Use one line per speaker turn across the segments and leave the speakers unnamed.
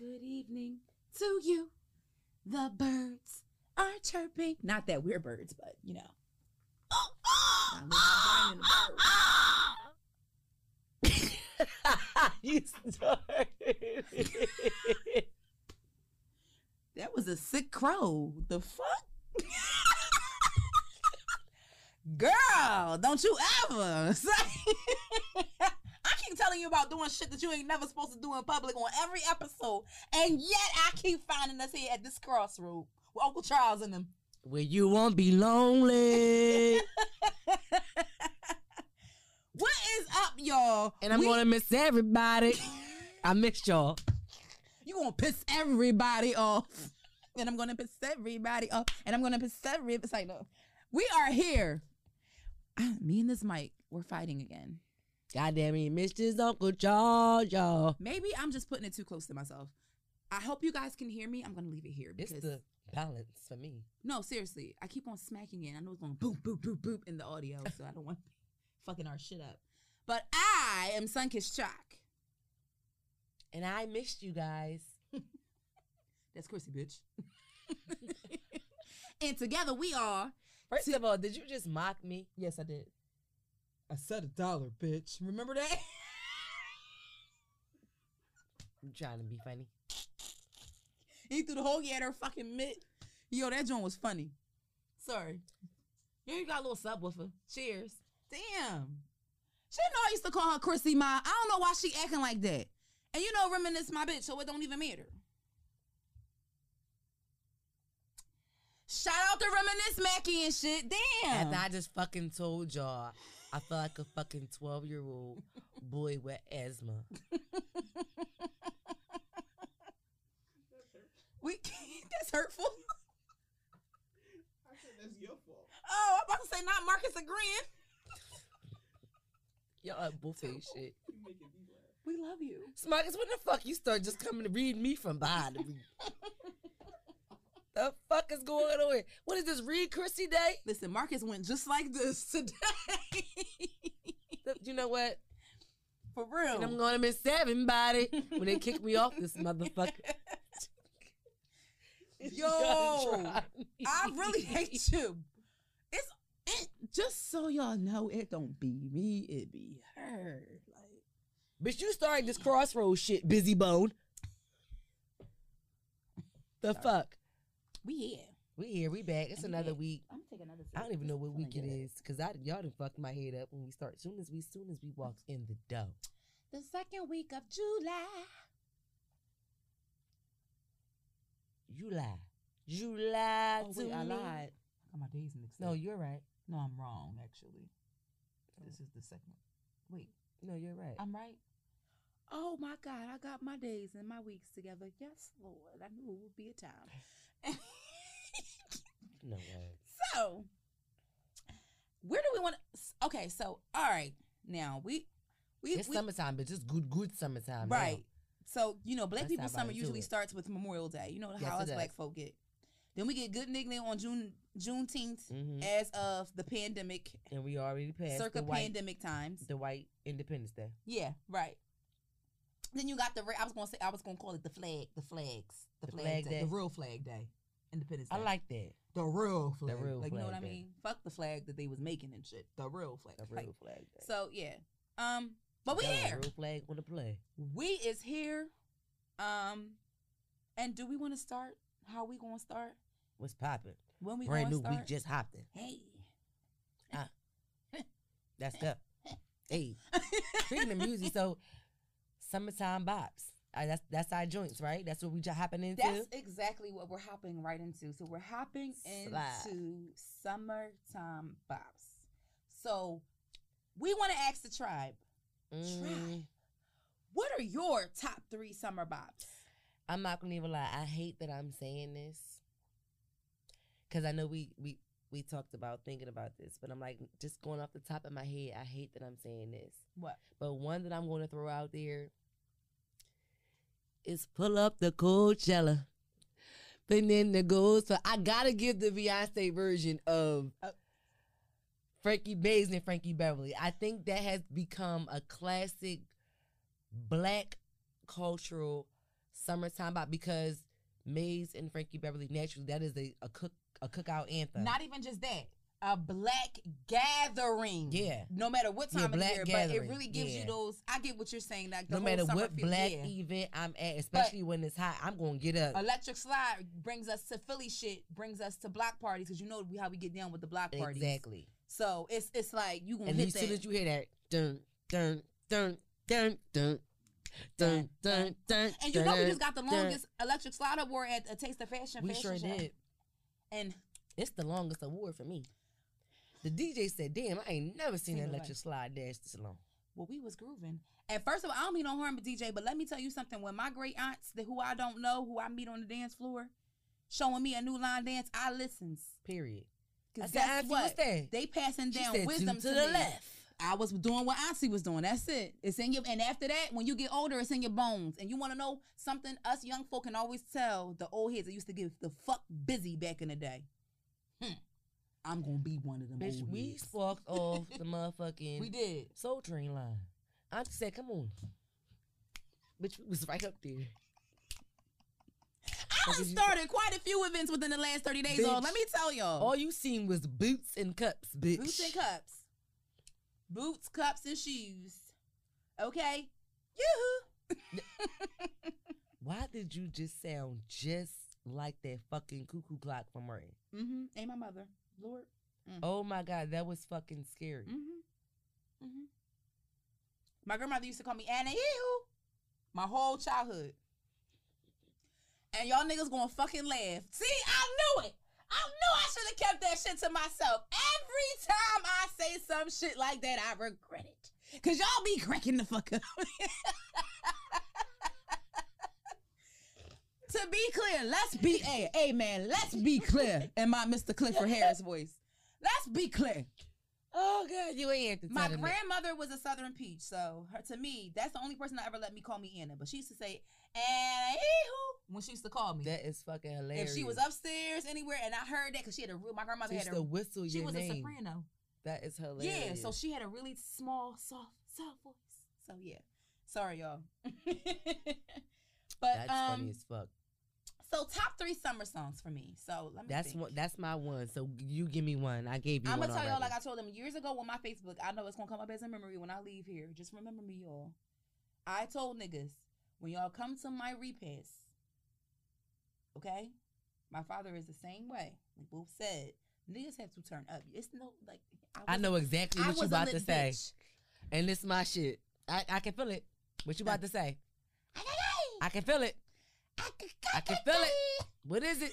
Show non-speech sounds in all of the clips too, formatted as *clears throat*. evening to you. The birds are chirping. Not that we're birds, but you know. I'm not blaming
you started.
*laughs* That was a sick crow. The fuck? Girl, don't you ever say. *laughs* I keep telling you about doing shit that you ain't never supposed to do in public on every episode, and yet I keep finding us here at this crossroad with Uncle Charles and them.
Well, you won't be lonely.
What is up, y'all?
and I'm
We- *laughs*
gonna miss everybody. I missed y'all.
You gonna piss everybody off. And I'm gonna piss everybody off. And I'm gonna piss everybody. It's like, no. We are here. Ah, Me and this mic, we're fighting again.
Goddamn, he missed his Uncle Charles, y'all.
Maybe I'm just putting it too close to myself. I hope you guys can hear me. I'm gonna leave it here because
balance for me.
no, seriously, I keep on smacking it. and I know it's going boop boop boop boop in the audio, *laughs* so I don't want fucking our shit up. But I am Sunkiss Chalk.
And I missed you guys.
That's Chrissy, *laughs* bitch. and together we are.
First of all, did you just mock me?
Yes, I did.
I said a dollar, bitch.
Remember that? *laughs*
I'm trying to be funny.
He threw the whole at her fucking mitt. Yo, that joint was funny. Sorry. Yo, you got a little subwoofer. Cheers. Damn. She know I used to call her Chrissy Ma. I don't know why she acting like that. And you know, reminisce my bitch, so it don't even matter. Shout out to Reminisce Mackie and shit. Damn.
As I just fucking told y'all, I feel like a fucking 12 year old boy with asthma.
we *laughs* can't. That's hurtful.
I said *laughs* that's your fault.
Oh, I'm about to say not Marcus agreeing.
Y'all are buffet shit.
You making me laugh.
We love you.
Smuggers, when the fuck you start just coming to read me from behind the read? the fuck is going on here? What is this, Read Chrissy Day?
Listen, Marcus went just like this today. *laughs*
Th- You know what?
For real.
And I'm gonna miss everybody when they kick me off *laughs* this motherfucker.
Yo, I
*laughs*
really hate you. It's it, just so y'all know, it don't be me, it be her. Like
Bitch, you started this crossroad shit, busy bone. The fuck?
we here.
We here, we back. It's another week.
I'm taking another.
I don't even know what week it is, cause I y'all done fucked my head up when we start. Soon as we, soon as we walked in the door.
The second week of July.
July. July.
Oh,
to
wait, I
me.
lied. I got my days mixed
No, you're right.
no, I'm wrong actually. This is the second. Wait,
No, you're right.
I'm right. Oh my God, I got my days and my weeks together. Yes, Lord, I knew it would be a time. *laughs*
no way.
So, where do we want? to Okay, so all right, now we we,
It's
we
summertime, bitch. It's good, good summertime. now.
right. So you know, black
That's
people
how
summer
I do
usually
it.
starts with Memorial Day. You know
Yes,
how
it
us
does.
black folk get. Then we get good nickname on June Juneteenth
Mhm.
as of the pandemic,
And we already passed
circa
the white,
pandemic times.
the white Independence Day.
Yeah, right. Then you got the. re- I was gonna say I was gonna call it the flag, the flags, the,
The
flag,
flag
day,
day.
the real flag day, Independence Day.
I like that.
the real flag,
real
like you know what
flag
I
day.
mean. Fuck the flag that they was making and shit. The real flag,
The
Like,
real flag. Day.
So yeah. Um, but we
Got a
here.
Real flag on the play.
We is here. Um, and do we want to start? How we gonna start?
What's popping?
When we
Brand
gonna
new
start?
week just hopped in.
hey.
That's
*laughs*
up. hey, speaking of music, so summertime bops. Uh, that's that's our joints, right? That's what we just hopping into.
That's exactly what we're hopping right into. So we're hopping
Slide.
into summertime bops. So we want to ask the tribe,
Mm,
what are your top three summer bops?
I'm not gonna even lie. I hate that I'm saying this because I know we we we talked about thinking about this, but I'm like just going off the top of my head. I hate that I'm saying this.
What?
But one that I'm going to throw out there is pull up the Coachella. Putting in the goals. So I got to give the Beyonce version of
Oh.
Frankie Bays and Frankie Beverly. I think that has become a classic black cultural summertime bop because Maze and Frankie Beverly naturally that is a, a cook a cookout anthem.
Not even just that. A black gathering.
Yeah.
No matter what
Yeah,
time of the
black
year, but
gathering.
it really gives
Yeah.
you those. I get what you're saying. Like the
no
whole
matter
summer
what
feel-
black e-
yeah.
event I'm at, especially when it's hot, I'm gonna get up.
Electric slide brings us to Philly shit, brings us to block parties because you know we- how we get down with the block parties.
Exactly.
So it's it's like you gonna
And
hit
as
that.
soon as you hear that, dun dun dun dun dun dun dun dun,
and you know we
dun,
just got the
dun.
longest electric slide award at a Taste of Fashion.
We
fashion
sure
show.
did.
And
It's the longest award for me. The DJ said, "Damn, I ain't never seen
Seen it
an
like-
electric slide dash this long."
well, we was grooving. And first of all, I don't mean no harm to DJ, but let me tell you something. When my great aunts, that who I don't know, who I meet on the dance floor, showing me a new line dance, I listens.
Period. I
Cause
said,
guess
"Auntie,
what?
what's that?"
They passing
She
down
said,
wisdom
"Two to the
me.
left."
I was doing what Auntie was doing. That's it. It's in your and after that, when you get older, it's in your bones. And you want to know something? Us young folk can always tell the old heads that used to get the fuck busy back in the day. Hmm. I'm gonna be one of them.
Bitch,
old
we
heads. *laughs*
sparked off the motherfucking
we did.
Soul Train line. I just said, "Come on." Bitch, we was right up there.
I done
Because you-
started quite a few events within the last thirty days. All
Bitch. Oh,
let me tell y'all.
All you seen was boots and cups, bitch.
Oh. Boots and cups. Boots, cups, and shoes. Okay. Yeah.
Why did you just sound just like that fucking cuckoo clock from Murray?
Mm-hmm. Ain't my mother. Lord.
Oh my god, that was fucking scary.
Mm-hmm. Mm-hmm. My grandmother used to call me Anna Ew. My whole childhood. And y'all niggas gonna fucking laugh. See, I knew it. I knew I should have kept that shit to myself. Every time I say some shit like that, I regret it. Cause y'all be cracking the fuck up. *laughs* to be clear, let's be a hey man, let's be clear in my Mr. Clifford Harris voice. Let's be clear.
Oh god, you ain't have to
My
tell them that.
grandmother was a Southern peach, so her, to me, that's the only person that ever let me call me Anna. But she used to say Anna ee-hoo," when she used to call me.
That is fucking hilarious.
if she was upstairs anywhere, and I heard that because she had a real, my grandmother
she
had
used to
a,
whistle
she
your
was a
name.
soprano.
that is hilarious.
Yeah, so she had a really small, soft, soft voice. So yeah, sorry y'all. *laughs* but
that's
um,
funny as fuck.
so top three summer songs for me. So let me.
That's
think.
one. That's my one. So you give me one. I gave you
I'm
one
gonna tell y'all
already.
like I told them years ago on my Facebook. I know it's gonna come up as a memory when I leave here. Just remember me, y'all. I told niggas when y'all come to my repast, okay? My father is the same way. We both said niggas have to turn up. It's no like
I
was-
know exactly
I
what you
was a
about to
little
say,
bitch.
and it's my shit. I, I can feel it. What you about to say? I can feel it. I can feel it. What is it?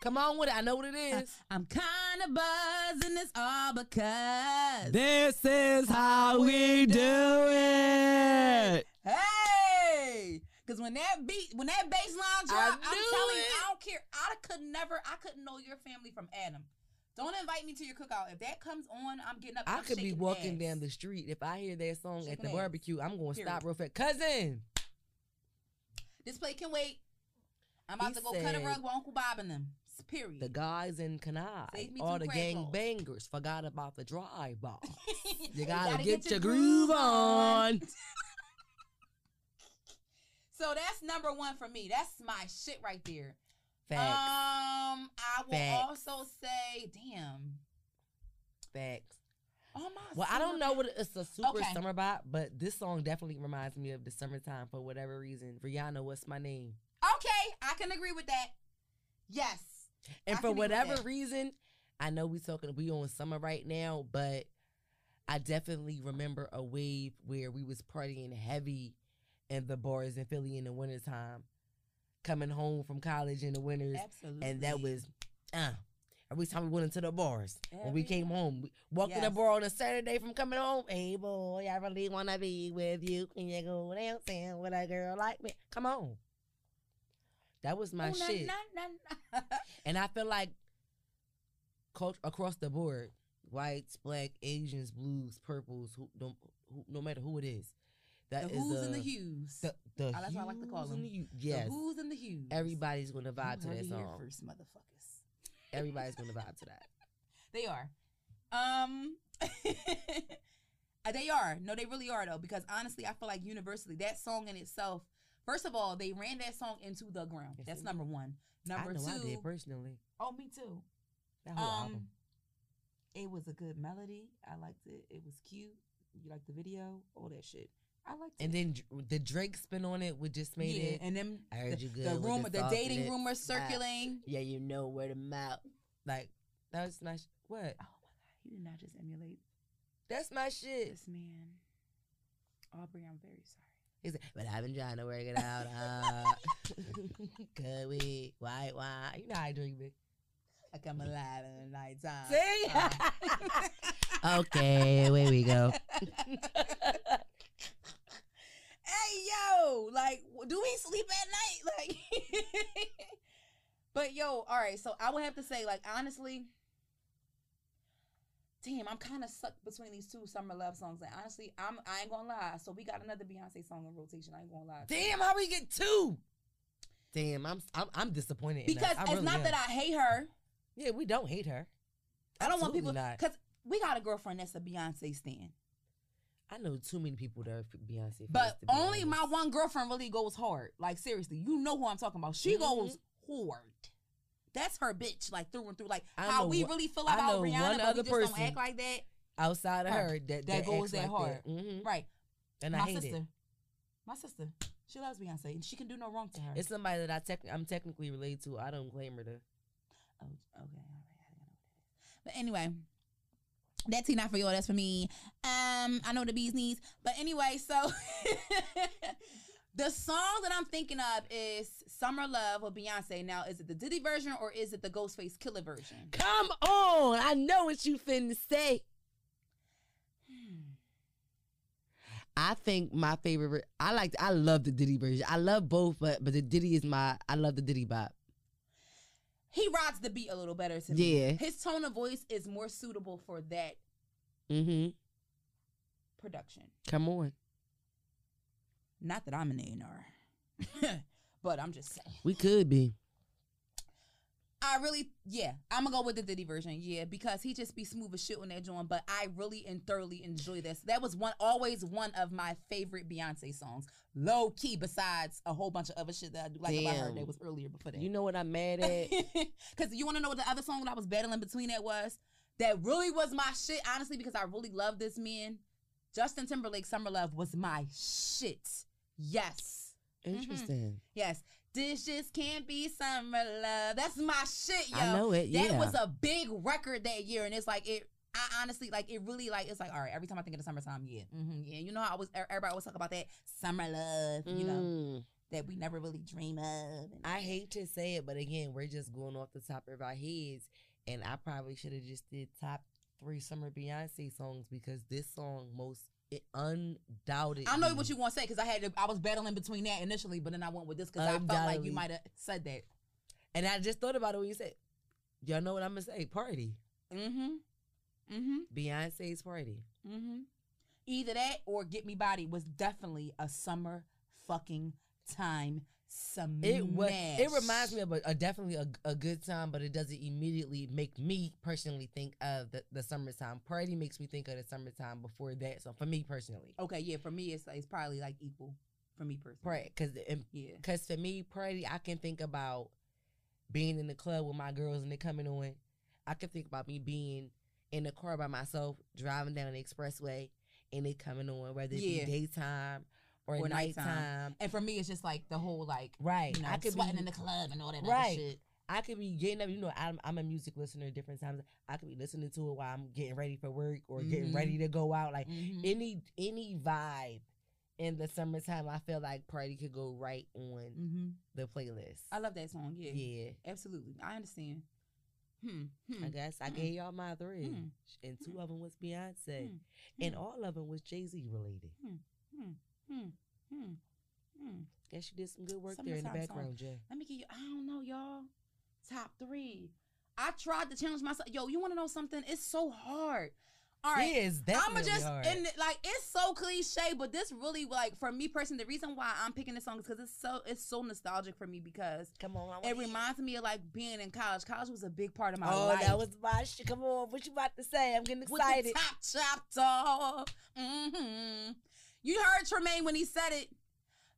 Come on with it. I know what it is.
I'm kind of buzzing this all because.
This is how we do it.
Hey, because when that beat, when that bass line
I
drop, I'm telling
knew
you,
it.
I don't care. I could never, I couldn't know your family from Adam. Don't invite me to your cookout. If that comes on, I'm getting up.
I
I'm
could be
shaking
walking
ass.
down the street if I hear that song at
Shaking
the
ass.
barbecue. I'm going to stop
Period.
real fast. Cousin,
This plate can wait. I'm about
He
to go cut a
said-
rug with Uncle Bob and them. It's period. *laughs*
the guys in Canai,
Save me
all
two
the
crab
gang
balls.
bangers, forgot about the dry bar.
*laughs* you,
You gotta, get, your groove on.
*laughs* So that's number one for me. That's my shit right there.
Facts,
Um, I will
Facts.
also say, damn.
facts.
Oh my.
Well, I
summer
don't know what it's a super
Okay.
summer bop, but this song definitely reminds me of the summertime for whatever reason. Rihanna, what's my name?
Okay, I can agree with that. Yes.
And
I
for
can agree with
whatever
that.
reason, I know we talking we on summer right now, but I definitely remember a wave where we was partying heavy in the bars in Philly in the wintertime, coming home from college in the winters,
Absolutely.
and that was uh every time we went into the bars. when we
Every-
came home, we walked in the
Yes.
bar on a Saturday from coming home. Hey boy, I really wanna be with you. Can you go dancing with a girl like me? Come on. That was my
Ooh, na,
shit.
na, na, na.
And I feel like culture across the board, whites, black, Asians, blues, purples, who, no, who, no matter who it is,
the
that is
who's
a,
and the hues.
The, the
Oh, that's what I like to call
hues and
them.
the hu-
The
yes,
who's and the hues.
everybody's gonna
You
vibe to
heard it here
that song.
First, motherfuckers. *laughs*
Everybody's gonna vibe to that.
They are. Um. *laughs* uh, they are. No, they really are though, because honestly, I feel like universally that song in itself First of all, they ran that song into the ground.
Yes,
That's
they
number one. *laughs* Number
I know
two,
I did personally.
oh me too.
That whole
um,
album.
It was a good melody. I liked it. It was cute. You liked the video, all that shit. I liked
And
it.
then Dr- the Drake spin on it would just made
yeah,
it.
and then
I heard
the,
you good.
the
with
rumor, the
soft
dating
lips.
rumors circulating.
Yeah, you know where to mouth. Like that's my sh- what?
Oh my god, he did not just emulate
That's my shit.
this man, Aubrey. I'm very sorry.
He's like, but I've been trying to work it out. Uh, *laughs* good weed, white wine. You know how I drink, big.
I come alive in the nighttime.
See?
Uh.
*laughs*
*laughs*
Okay, away we go.
hey yo, like, w- do we sleep at night? *laughs* Like, but yo, all right. So I would have to say, like, honestly, damn, I'm kind of stuck between these two summer love songs. And honestly, I'm I ain't gonna lie. So we got another Beyonce song in rotation. I ain't gonna lie.
Damn, how we get two? Damn, I'm I'm, I'm disappointed. in us.
Because
I
it's
really
not
am.
that I hate her.
Yeah, we don't hate her.
I don't want
Absolutely
people
not.
because we got a girlfriend that's a Beyonce stan.
I know too many people that are f- Beyonce. fans,
But
to be
only my
honest.
one girlfriend really goes hard. Like seriously, you know who I'm talking about. She
Mhm.
goes hard. That's her bitch, like through and through. Like
I
how
know
we
wh-
really feel
I
about
know
Rihanna,
one
but
other
we just don't
person.
act like that.
outside of
her
her, that,
that goes
acts
that
like
hard.
hmm
Right.
And
my
I hate
sister,
it.
my sister, she loves Beyonce, and she can do no wrong to her.
It's somebody that I tec- I'm technically related to. I don't claim her to.
oh, okay, all right, I know what that is. But anyway, that's tea not for y'all. That's for me. Um, I know the bees knees, but anyway, so. *laughs* The song that I'm thinking of is Summer Love with Beyonce. Now, is it the Diddy version or is it the Ghostface Killer version?
Come on, I know what you finna say. Hmm. I think my favorite. ver- I like. I love the Diddy version. I love both, but but the Diddy is my. I love the Diddy bop.
He rides the beat a little better to me.
Yeah.
His tone of voice is more suitable for that
Mm-hmm.
production.
Come on,
Not that I'm an A&R, *laughs* but I'm just saying.
we could be.
I really, yeah, I'm gonna go with the Diddy version, yeah, because he just be smooth as shit on that joint. But I really and thoroughly enjoy this. That was one, always one of my favorite Beyonce songs, low key. Besides a whole bunch of other shit that I do like about her
Damn.
that was earlier before that. *laughs*
You know what I'm mad at?
Because you want to know what the other song that I was battling between that was? That really was my shit, honestly, because I really love this man. Justin Timberlake, Summer Love was my shit. Yes.
*laughs* Interesting.
Yes. This just can't be summer love. That's my shit, yo.
I know it.
That
yeah.
was a big record that year, and it's like it. I honestly like it. Really like it's like all right. Every time I think of the summertime, yeah, hmm
Mm-hmm,
yeah. You know, how I was everybody always talk about that summer love. You know
Mm.
that we never really dream of. and-
I hate to say it, but again, we're just going off the top of our heads, and I probably should have just did top three summer Beyonce songs because this song most it undoubtedly.
I know what you want to say because I had to, I was battling between that initially, but then I went with this because I felt like
Undoubtedly.
you might have said that.
And I just thought about it when you said, "Y'all know what I'm gonna say? Party,
Mm-hmm. Mm-hmm.
Beyonce's party."
Mm-hmm. Either that or Get Me Body was definitely a summer fucking time smash.
It was. It reminds me of a, a- definitely a, a good time, but it doesn't immediately make me personally think of the, the summertime. Party makes me think of the summertime before that. So for me personally,
Okay, yeah. For me, it's it's probably like equal for me personally.
right? Because
Yeah.
Cause for me, party, I can think about being in the club with my girls and they coming on. I can think about me being in the car by myself, driving down the expressway, and they coming on, whether it
Yeah.
be daytime or,
Or
nighttime.
nighttime. And for me, it's just like the whole like
Right.
you know
I could
sweating
be
in the club and all that
Right.
other shit.
I could be getting up, you know, I'm I'm a music listener at different times. I could be listening to it while I'm getting ready for work or getting
Mhm.
ready to go out. Like
Mhm.
any any vibe in the summertime, I feel like party could go right on
Mhm.
the playlist.
I love that song. Yeah.
yeah.
Absolutely. I understand. Hmm. hmm.
I guess I
Mm.
gave y'all my three,
Mm.
Sh- and two of them was Beyonce,
Mm.
and
Mm.
all of them was Jay Z related.
Hmm. Hmm. Hmm.
Guess you did some good work there in the
Summertime song.
background, Jay.
Let me give you. I don't know, y'all. Top three. I tried to challenge myself. Yo, you want to know something? It's so hard. All right.
It is
I'ma
definitely
just
hard.
and like it's so cliche, but this really like for me personally, the reason why I'm picking this song is because it's so it's so nostalgic for me because
Come on, I wanna
it
hear
reminds me of like being in college. College was a big part of my
Oh,
life.
that was my shit. Come on, what you about to say? I'm getting
With the
excited.
top Mm-hmm. chopped off. hmm You heard Tremaine when he said it.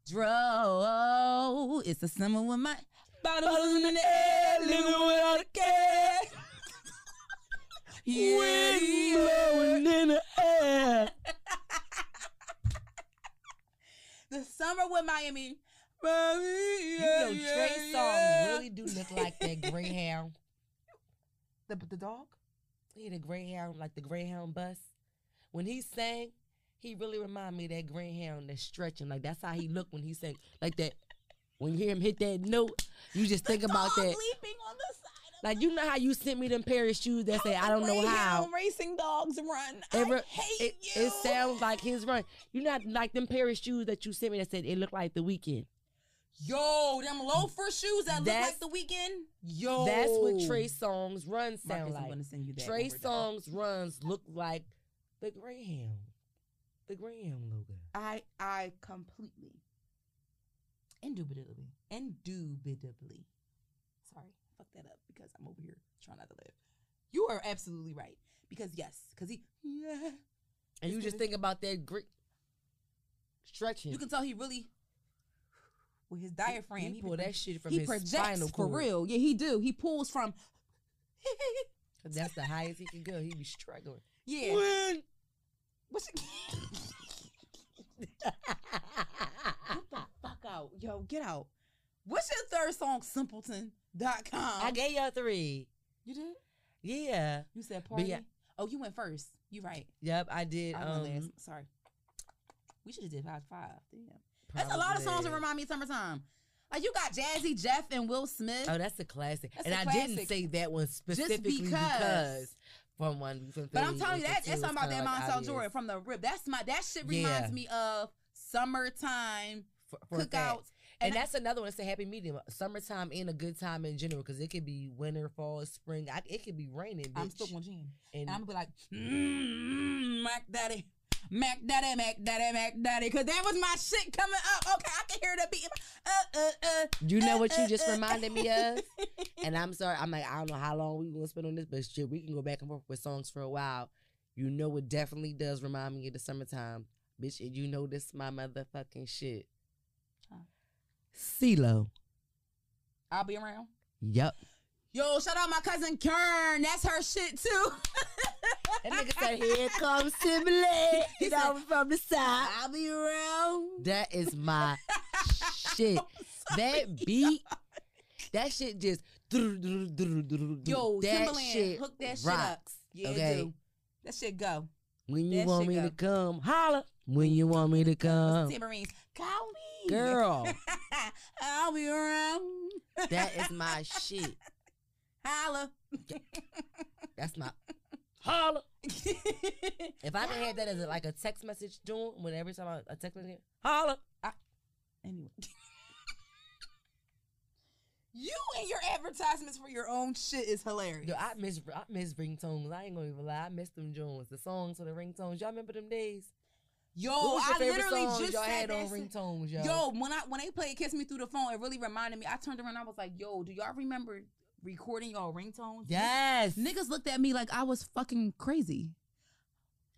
Dro, it's the summer with my
Bottles in the air, living without a care. *laughs* Wind blowing in the air.
*laughs* The summer with Miami.
You know, Trey songs really do look like that Greyhound.
*laughs* the, the dog.
He the Greyhound, like the Greyhound bus. When he sang, he really remind me of that Greyhound that's stretching. Like that's how he looked when he sang. Like that. When you hear him hit that note, you just
*laughs*
think about
dog
that.
Leaping on the side.
Like you know how you sent me them pair of shoes that say I don't know how.
racing dogs run.
Ever-
I hate
It,
you.
it sounds like his run. You not like them pair of shoes that you sent me that said it looked like the weekend.
yo them loafer shoes that look
That's-
like the weekend. Yo,
That's what Trey Songz runs sound
Marcus, I'm
like.
gonna send you that.
Trey
when we're done.
Songz runs look like the Greyhound, the Greyhound logo.
I I completely, indubitably, indubitably. Sorry, fuck that up because I'm over here trying not to live. You are absolutely right because yes, because he yeah.
And you
It's
just
gonna-
think about that Greek stretching.
You can tell he really with his
He-
diaphragm.
He, pull that shit from
he
his
projects
spinal
for
cord.
real. Yeah, he do. He pulls from. *laughs*
'Cause That's the highest he can go. He be struggling.
yeah.
When-
What's it? *laughs* Get the fuck out, yo! Get out. What's your third song? Simpleton.com.
I gave y'all three.
you did.
Yeah.
You said
But
party.
yeah-
Oh, you went first. You right.
Yep. I did.
I
um,
went last. Sorry. We should have did five five. Damn. That's a lot of songs that
probably-
remind me of summertime. Like you got Jazzy Jeff and Will Smith.
Oh, that's a classic.
That's
and
a
I didn't
classic.
say that one specifically because,
because.
from one. From
but
Philly
I'm telling you
and
that that's
from two,
something
it's
about that
kinda like
Montel
obvious.
Jordan from the rip. That's my that shit reminds
Yeah.
me of summertime
For- for a fact.
cookouts.
And,
And I-
that's another one. It's a happy medium. Summertime and a good time in general, because it could be winter, fall, spring. I, it could be raining.
I'm
bitch.
still gonna jam.
and
And I'm gonna be like, mm, Mac Daddy. Mac Daddy, Mac Daddy, Mac Daddy, cause that was my shit coming up. Okay, I can hear the beat. Uh, uh, uh.
you know what you
*laughs*
just
uh, uh.
reminded me of. And I'm sorry. I'm like I don't know how long we gonna spend on this, but shit, we can go back and forth with songs for a while. You know what definitely does remind me of the summertime, bitch. And you know this my motherfucking shit.
Huh.
CeeLo.
I'll be around.
Yup.
Yo, shout out my cousin Kern. That's her shit too. *laughs*
That nigga said, "Here comes Timberlake."
*laughs* He
You know, from the side.
I'll be around.
That is
*laughs*
my shit. That beat, that shit just.
Yo,
Yo,
Timberland, hook that shit up. Yeah,
okay.
dude. That shit go.
When you
That
want
shit
me
go.
to come, holla. When you want me to come,
Timberines. Call me.
Uh, girl.
*laughs* I'll be around.
That is my shit.
Holla. *laughs*
That's my holla.
and
If I can have that as a, like a text message doing, when every time I a text message, holla.
anyway. *laughs* You and your advertisements for your own shit is hilarious.
Yo, I miss I miss ringtones. I ain't gonna even lie. I miss them Jones. The songs for the ringtones. Y'all remember them days?
Yo,
what was your
Oh, I
favorite
literally
songs
just
y'all
said
had
that
on
shit.
ringtones,
Yo.
yo.
when I when they played "Kiss Me Through the Phone," it really reminded me. I turned around, I was like, "Yo, do y'all remember recording y'all ringtones?"
Yes.
niggas looked at me like I was fucking crazy.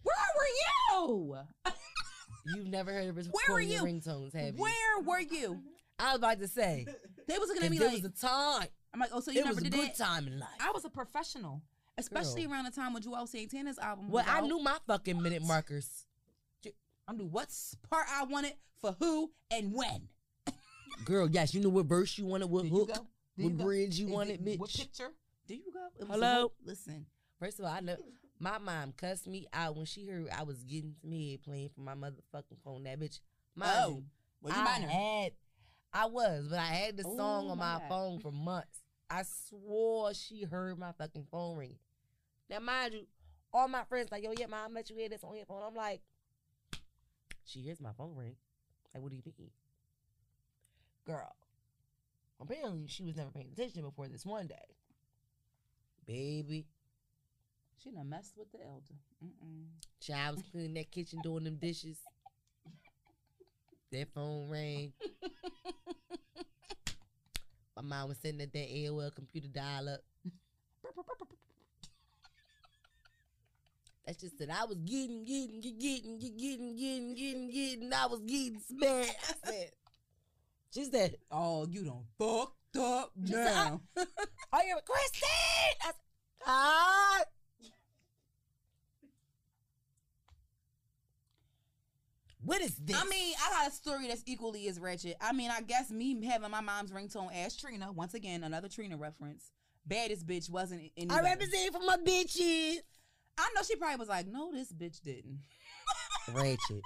Where were
You've never heard of recording
Where were
your
you?
ringtones,
you?
have you?
Where were you?
I was about to say.
They was looking
It
at me
was
like
a time.
I'm like, "Oh, so you
It
never
was a
did
good
that?"
time in life.
I was a professional, especially
Girl.
around the time when Joel Santana's album.
well,
was
I
out.
knew my fucking minute markers.
I knew what part I wanted for who and when.
Girl, yes, you knew what verse you wanted, what
Did you
hook,
go? Did
what
you go?
bridge you
Did-
wanted,
did-
bitch.
What picture? Do you go? It was a
Hello?
whole- Listen.
First of all, I know my mom cussed me out when she heard I was getting some head playing for my motherfucking phone. That bitch. Mind
oh,
you,
well, you
I
minor.
had, I was, but I had this song
Oh,
on
my
my
God.
phone for months. I swore she heard my fucking phone ring. Now, mind you, all my friends like, yo, yeah, mom, let you hear this on your phone. I'm like, she hears my phone ring. Like, what do you mean, girl? Apparently, she was never paying attention before this one day, baby.
She done messed with the elder. Mm-mm.
Child was cleaning that kitchen, doing them dishes. That phone rang. My mom was sitting at that AOL computer dial up. That's just that I was getting, getting, get- getting, get- getting, getting, getting, getting. I was getting spent. I said, She said,
Oh, you don't fucked up
Just, uh,
now.
"Are you Kristen?" I said, "Ah." What is this?
I mean, I got a story that's equally as ratchet. I mean, I guess me having my mom's ringtone as Trina, once again, another Trina reference. Baddest bitch wasn't in
I represent for my bitches.
I know she probably was like, no, this bitch didn't.
*laughs* Ratchet.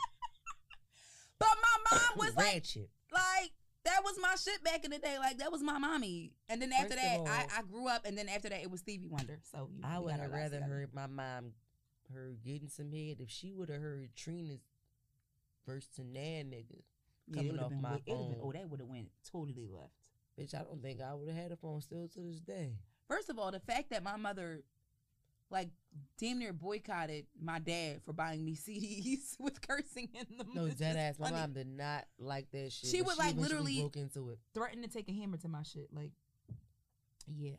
But my mom
*laughs*
was like,
Ratchet.
like that was my shit back in the day. Like that was my mommy. And then after
First of
that, I,
all-
I grew up. And then after that, it was Stevie Wonder. So you know,
I
we
would
got our
have
lives
rather
together.
heard my mom, her getting some head if she would have heard Trina's verse to Nan nigga.
Yeah, it
coming
would've
off
been
my
way- it would've been-
phone.
oh, that would have went totally left.
Bitch, I don't think I would have had a phone still to this day.
First of all, the fact that my mother, like, damn near boycotted my dad for buying me *laughs* CDs with cursing in them.
No,
is Mm,
dead
just
ass. My
funny.
mom did not like that shit.
She
but
would, like,
eventually
literally-
broke into it.
threatened to take a hammer to my shit. Like, yeah,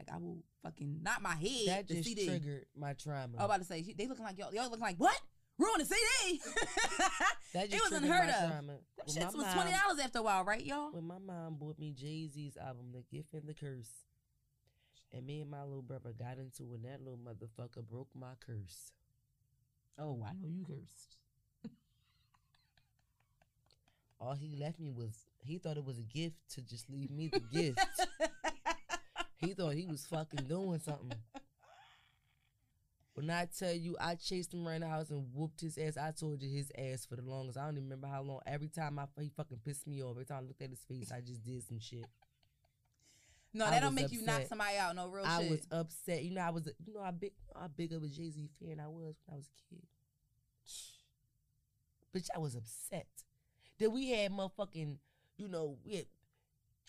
like I will fucking not my head.
That
the
just
CD.
triggered my trauma.
I was about to say she- they looking like y'all. Y'all looking like what? Ruin the *laughs* CD.
that
it
just
was
triggered
unheard
my
of.
Trauma.
Them
When my
shits was twenty
mom-
dollars after a while, right, y'all?
When my mom bought me Jay Z's album, The Gift and the Curse, and me and my little brother got into it, and that little motherfucker broke my curse.
Oh, I know you cursed.
all he left me was he thought it was a gift to just leave me the gift. He thought he was fucking doing something. When I tell you I chased him around the house and whooped his ass, I told you his ass for the longest. I don't even remember how long. Every time I he fucking pissed me off. Every time I looked at his face, I just did some shit.
no,
I
that don't
was
make you knock
upset.
somebody out. No real
I
shit.
was upset. You know, I was you know I big I big of a Jay Z fan I was when I was a kid. *sighs* Bitch, I was upset that we had motherfucking you know we had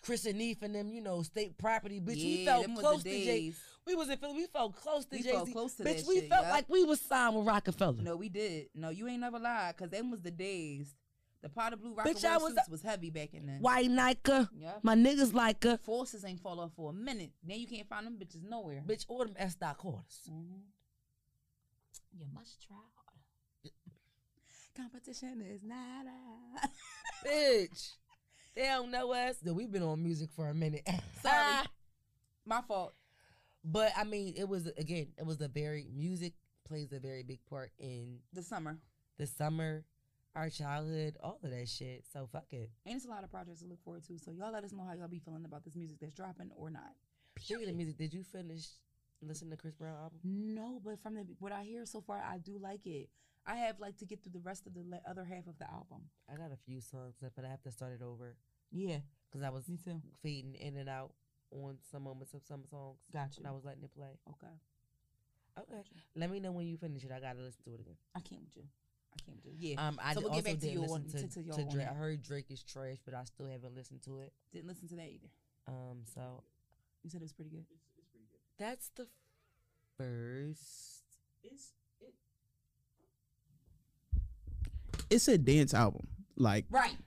Chris and Neef and them you know state property. Bitch, we
Yeah,
felt
them was the
close to Jay.
days.
We was in Philly. We felt close to
We
Jay
felt
Z.
close to
Bitch,
that
we
shit,
felt
yup.
like we was signed with Rockefeller.
No, we did. No, you ain't never lied, cause them was the days. The powder blue rock
Bitch,
and
I
roll
was
suits was heavy back in then.
White Nike,
Yeah.
my niggas like her.
Forces ain't fall off for a minute. Now you can't find them bitches nowhere.
Bitch, all them S
*laughs*
dot quarters.
Mhm. You must try harder. Competition is not out.
Bitch, they don't know us. Though we've been on music for a minute. *laughs*
Sorry. My fault.
But I mean, it was again, it was a very music plays a very big part in
The summer.
the summer, our childhood, all of that shit. So fuck it.
And it's a lot of projects to look forward to. So y'all let us know how y'all be feeling about this music that's dropping or not.
Speaking of music, did you finish listening to Chris Brown album?
No, but from the, what I hear so far, I do like it. I have like to get through the rest of the le- other half of the album.
I got a few songs left, but I have to start it over
Yeah,
because I was
me too.
fading in and out on some moments of some songs,
Gotcha.
and I was letting it play.
okay.
Okay, let me know when you finish it. I gotta listen to it again.
I can't with you. I can't with you. Yeah.
Um, I
So
d-
we'll get
also
back to
didn't
you
listen
on-
to,
to- to y'all
to
on
Drake.
that.
I heard Drake is trash, but I still haven't listened to it.
Didn't listen to that either.
Um, so
You said it was pretty good.
It's, it's pretty good.
That's the first.
It's it. It's a dance album, like,
Right.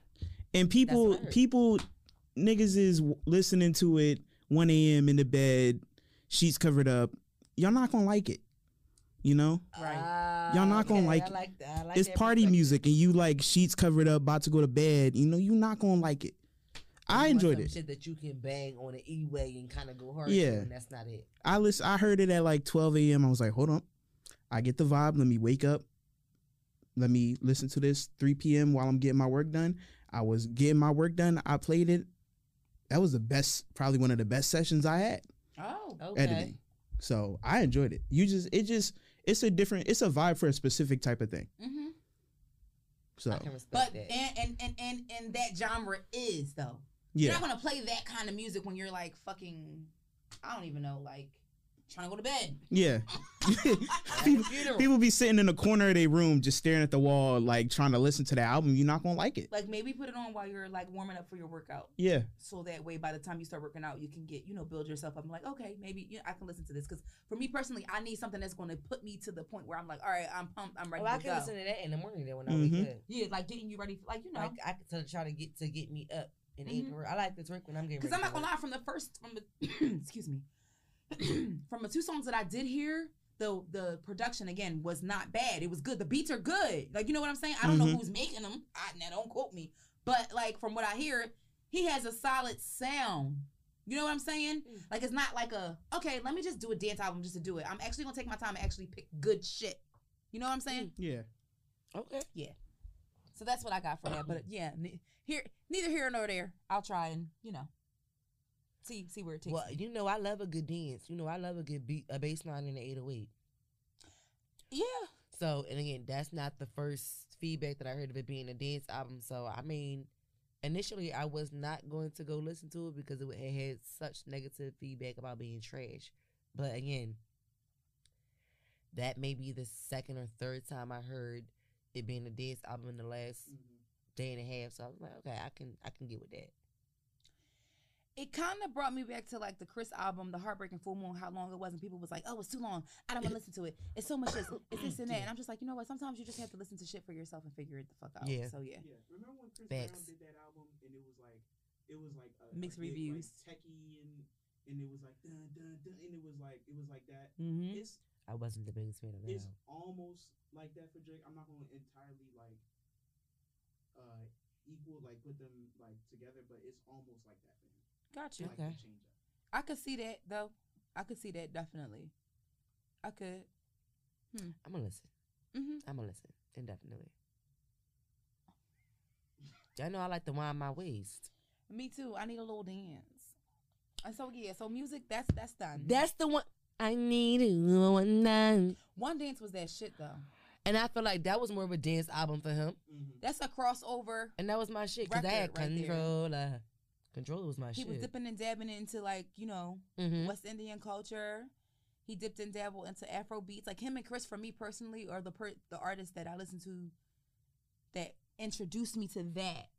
And
people-
That's what I heard.
people, niggas is listening to it 1 a.m. in the bed, sheets covered up. Y'all not gonna like it, you know.
Right.
Y'all not gonna like
Uh, I
it.
like, that. I like
it's
that
party
perspective.
music and you like sheets covered up about to go to bed you know you're not gonna like it i
You want
enjoyed
some
it
Shit that you can bang on an e way and kind of go hard.
Yeah.
Yeah, and that's not it.
i listen i heard it at like 12 a.m i was like hold on i get the vibe let me wake up let me listen to this 3 p.m while i'm getting my work done i was getting my work done i played it that was the best probably one of the best sessions i had
Oh.
Okay.
editing so i enjoyed it you just it just it's a different it's a vibe for a specific type of thing
Mm-hmm.
so
I can respect
But
that.
and, and and and and that genre is though. You're
yeah
not gonna play that kind of music when you're like fucking, I don't even know, like trying to go to bed. *laughs*
yeah *laughs*
At the
people,
funeral.
people be sitting in the corner of their room just staring at the wall like trying to listen to the album you're not gonna like it
Like maybe put it on while you're like warming up for your workout,
yeah
so that way by the time you start working out, you can get you know build yourself up. I'm like, okay, maybe you know, I can listen to this because for me personally, I need something that's gonna put me to the point where I'm like, all right, I'm pumped, I'm ready
oh, I
to
can
go.
listen to that in the morning then when I
Mhm.
wake up.
Yeah, like getting you ready, for, like you know,
Like I can tell- try to get to get me up and
Mhm.
mm I like to drink when I'm getting.
Because I'm
ready
not
for
gonna
work.
lie, from the first, from the, *clears throat* excuse me, from the two songs that I did hear, the the production again was not bad. It was good. The beats are good. Like you know what I'm saying. I don't
Mhm.
know who's making them. I, now don't quote me, but like from what I hear, He has a solid sound. You know what I'm saying? Like it's not like a okay. Let me just do a dance album just to do it. I'm actually gonna take my time and actually pick good shit. You know what I'm saying?
Yeah.
Okay.
So that's what I got for that. But yeah, ne- here neither here nor there. I'll try and you know see see where it takes.
Well,
me.
you know, I love a good dance. You know, I love a good beat, a oh bass line in the 808.
Yeah.
So, and again, that's not the first feedback that I heard of it being a dance album. So, I mean, initially, I was not going to go listen to it because it, wa- it had such negative feedback about being trash. But again, that may be the second or third time I heard it being a dance album in the last day and a half. So I was like, okay, I can I can get with that.
it kind of brought me back to like the Chris album, the Heartbreaking Full Moon, how long it was, and people was like, "Oh, it's too long. I don't want to listen to it. It's so much this, it's this and that." And I'm just like, you know what? Sometimes you just have to listen to shit for yourself and figure it the fuck out.
Yeah.
So yeah,
Yeah. Remember when Chris
Facts.
Brown did that album and it was like it was like a,
Mixed
a big,
reviews.
like, techie and and it was like dun, dun, dun, and it was like it was like that.
mm-hmm.
It's
I wasn't the biggest fan of that.
it's
album.
almost like that for Drake. I'm not going to entirely like uh equal like put them like together, but it's almost like that for him.
got you.
Like the
Okay.
change up.
I could see that though. I could see that definitely. I could.
I'm gonna listen.
Mm-hmm.
I'm gonna listen indefinitely. I know I like to wind my waist.
Me too. I need a little dance. And so yeah, so music that's that's done.
That's the one I need a one night.
one dance was that shit though.
And I feel like that was more of a dance album for him,
Mm-hmm.
That's a crossover.
and that was my shit because I had
Record right there.
controller. Controller was my
He
shit.
was dipping and dabbing into like you know
Mhm.
West Indian culture. He dipped and dabbled into Afro beats. Like him and Chris, for me personally, are the per- the artists that I listen to that introduced me to that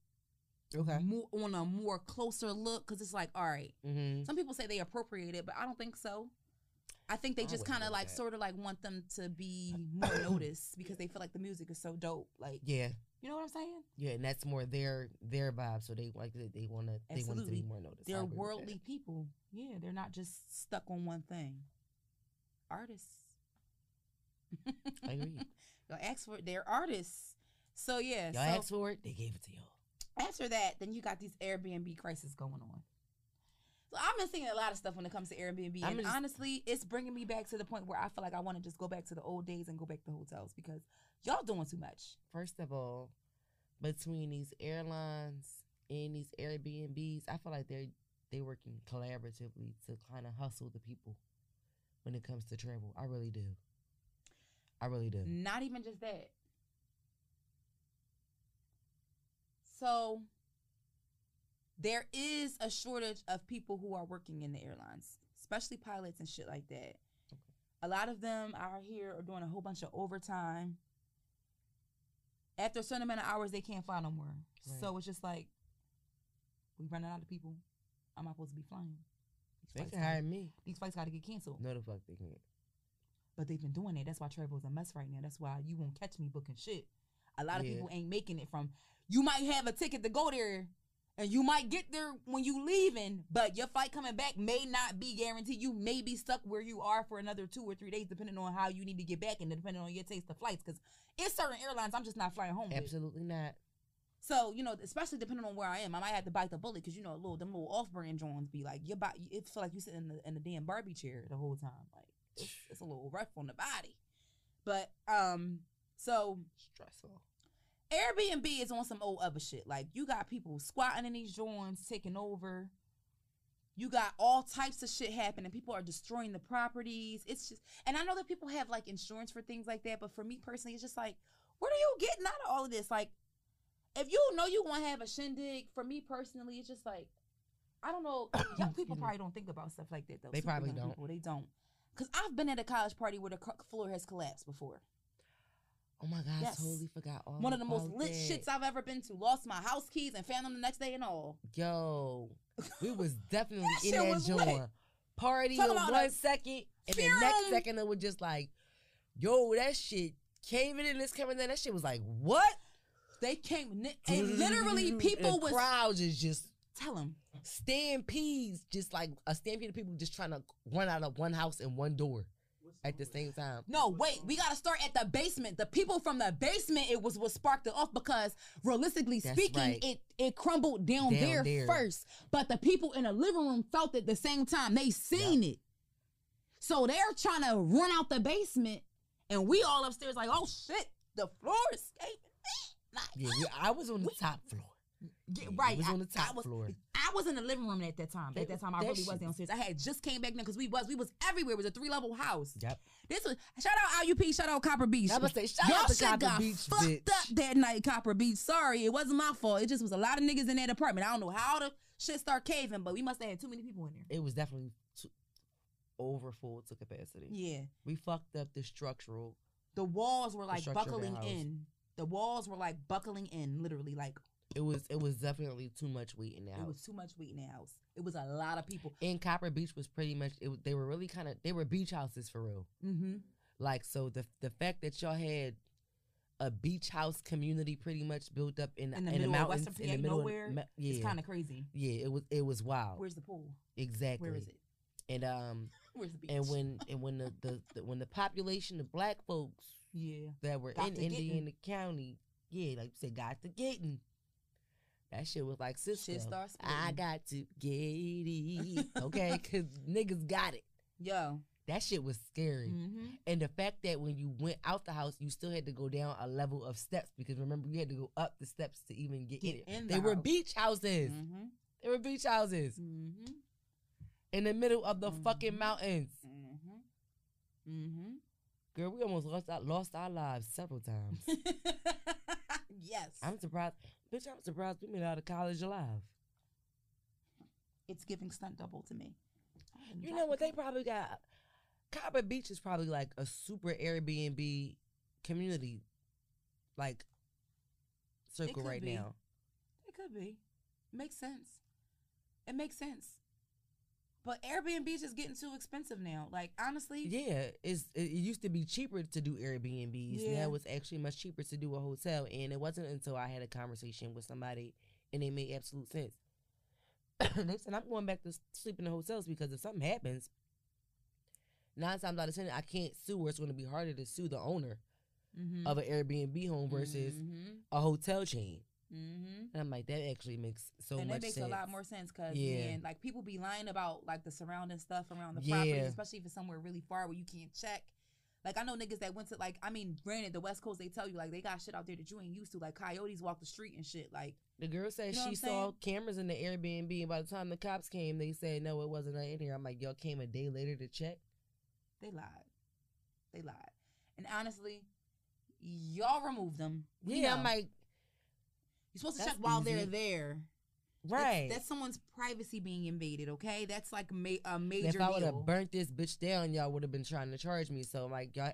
Okay.
more on a more closer look. Because it's like, all right,
hmm
some people say they appropriate it, but I don't think so. I think they
I
just
wouldn't
kind of
go
like
that.
sort of like want them to
*coughs*
be more noticed because they feel like the music is so dope. Like,
Yeah,
you know what I'm saying?
yeah, and that's more their their vibe. So they like they- they want to they want to
Absolutely.
be more noticed. I
They're
agree with that.
worldly people. Yeah, they're not just stuck on one thing. Artists.
I agree.
*laughs* Y'all ask for they're artists. So yeah.
Y'all
so
asked for it, they gave it to y'all.
after that, then you got these Airbnb crises going on. So I've been seeing a lot of stuff when it comes to Airbnb,
I'm
and
just-
honestly, it's bringing me back to the point where I feel like I want to just go back to the old days and go back to hotels because y'all doing too much.
first of all, between these airlines and these Airbnbs, I feel like they're they working collaboratively to kind of hustle the people when it comes to travel. I really do. I really do.
Not even just that. So there is a shortage of people who are working in the airlines, especially pilots and shit like that. A lot of them out here are doing a whole bunch of overtime. After a certain amount of hours, they can't fly no more.
Right.
So it's just like we running out of people. I'm not supposed to be flying.
They
Flights
can
gotta-
hire me.
These flights got to get canceled.
No, the fuck they can't.
But they've been doing it. That's why travel is a mess right now. That's why you won't catch me booking shit. A lot of
Yeah.
people ain't making it from. You might have a ticket to go there, and you might get there when you leaving, but your flight coming back may not be guaranteed. You may be stuck where you are for another two or three days, depending on how you need to get back and depending on your taste of flights. Because it's certain airlines I'm just not flying home. with.
Absolutely not.
So you know, especially depending on where I am, I might have to bite the bullet because you know, little them little off-brand Johns be like, your body, it feel like you sitting in the, in the damn Barbie chair the whole time. Like it's, it's a little rough on the body. But um, so
Stressful.
Airbnb is on some old other shit. Like you got people squatting in these joints, taking over. You got all types of shit happening. People are destroying the properties. It's just, and I know that people have like insurance for things like that, but for me personally, it's just like, what are you getting out of all of this? Like, if you know you want to have a shindig, for me personally, it's just like, I don't
*coughs*
know. Young people
me.
probably don't think about stuff like that though.
They
Super
probably
young
don't.
People, they don't. Cause I've been at a college party where the co- floor has collapsed before.
Oh my god,
Yes.
I totally forgot all
One of the most
about
lit
that.
shits I've ever been to. Lost my house keys and found them the next day and all.
Yo,
*laughs*
we was definitely
That
in
shit
that
was lit.
joint. Party
Talk
in
about
one
a
second, and the
serum.
next second it was just like, yo, that shit came in and this coming in. That shit was like, what?
They came ni-
*laughs*
and literally people
the
was
crowds is just
tell them
stampedes, just like a stampede of people just trying to run out of one house and one door.
What's
at the same time.
No, wait. We gotta start at the basement. The people from the basement it was what sparked it off because realistically
That's
speaking,
right.
it it crumbled down,
Down
there,
there.
first. But the people in the living room felt it the same time. They seen it. So they're trying to run out the basement, and we all upstairs like, oh shit, the floor escaping. Like,
Yeah, we, I was on the
We-
top floor.
yeah,
Yeah, we
right.
was
I-
on the top
I was,
floor.
I was in the living room at that time. At
That-
that time, I
that
really
shit
was
was-
downstairs. I had just came back now because we was we was everywhere. It was a three level house.
Yep.
This was shout out IUP, shout out Copper Beach.
I was say shout
Y'all
out to
shit
Copper
got
Beach,
fucked
bitch.
up that night, Copper Beach. Sorry, it wasn't my fault. It just was a lot of niggas in that apartment. I don't know how the shit start caving, but we must have had too many people in there.
It was definitely too, over full to capacity.
Yeah,
We fucked up the structural.
the walls were like
structure of the
buckling
house.
in. The walls were like buckling in, literally. Like
It was it was definitely too much weight in the
it
house.
was too much weight in the house. It was a lot of people.
and Copper Beach was pretty much it, was- they were really kind of they were beach houses for real.
Mm-hmm.
Like so the the fact that y'all had a beach house community pretty much built up in
In the
in
middle of
mountains
Western
in the
PA,
middle
nowhere,
of the, ma- yeah
It's kind of crazy.
yeah it was it was wild
Where's the pool?
exactly
Where is it? *laughs*
and um
Where's the beach?
and when and when the, the, the when the population of black folks
yeah,
that were
Got
in
to getting.
Indiana County yeah like you said got to getting that shit was like sister
shit starts.
I got to get
*laughs*
it okay cause niggas got it
yo.
that shit was scary.
Mm-hmm.
And the fact that when you went out the house, you still had to go down a level of steps because remember you had to go up the steps to even get,
Get
in.
in
They
the
were
house.
beach houses.
Mm-hmm.
They were beach houses
Mm-hmm.
in the middle of the fucking
Mhm.
mountains.
Mm-hmm. Mm-hmm.
Girl, we almost lost our, lost our lives
*laughs*
several times.
Mm-hmm. yes.
I'm surprised, bitch. I'm surprised we made it out of college alive.
it's giving stunt double to me.
You know what? They probably got Copper Beach is probably like a super Airbnb community, like circle
could
right
be.
now.
It could be. Makes sense. It makes sense. But Airbnb is just getting too expensive now. Like honestly,
Yeah, it's it it used to be cheaper to do Airbnbs.
Yeah.
Now it's actually much cheaper to do a hotel, and it wasn't until I had a conversation with somebody, and it made absolute sense. *coughs* they said I'm going back to s- sleep in the hotels because if something happens, nine times out of ten I can't sue, or it's going to be harder to sue the owner
mm-hmm.
of an Airbnb home versus
Mm-hmm.
a hotel chain.
mm-hmm.
And I'm like, that actually makes so
and
much
that makes
sense.
a lot more sense because
Yeah.
man, like people be lying about like the surrounding stuff around the
Yeah.
property, especially if it's somewhere really far where you can't check. Like I know niggas that went to like I mean, granted the West Coast they tell you like they got shit out there that you ain't used to. Like coyotes walk the street and shit. Like
The girl said
You know what
she
I'm
saw cameras in the Airbnb, and by the time the cops came, they said no, it wasn't in here. I'm like, y'all came a day later to check.
they lied, they lied, and honestly, y'all removed them. We
Yeah,
know.
I'm like,
you're supposed to
that's
check while
easy.
they're there. That's-
right.
that's, someone's privacy being invaded. Okay, that's like ma- a
And
major.
if I would
deal.
have burnt this bitch down, y'all would have been trying to charge me. So I'm like, y'all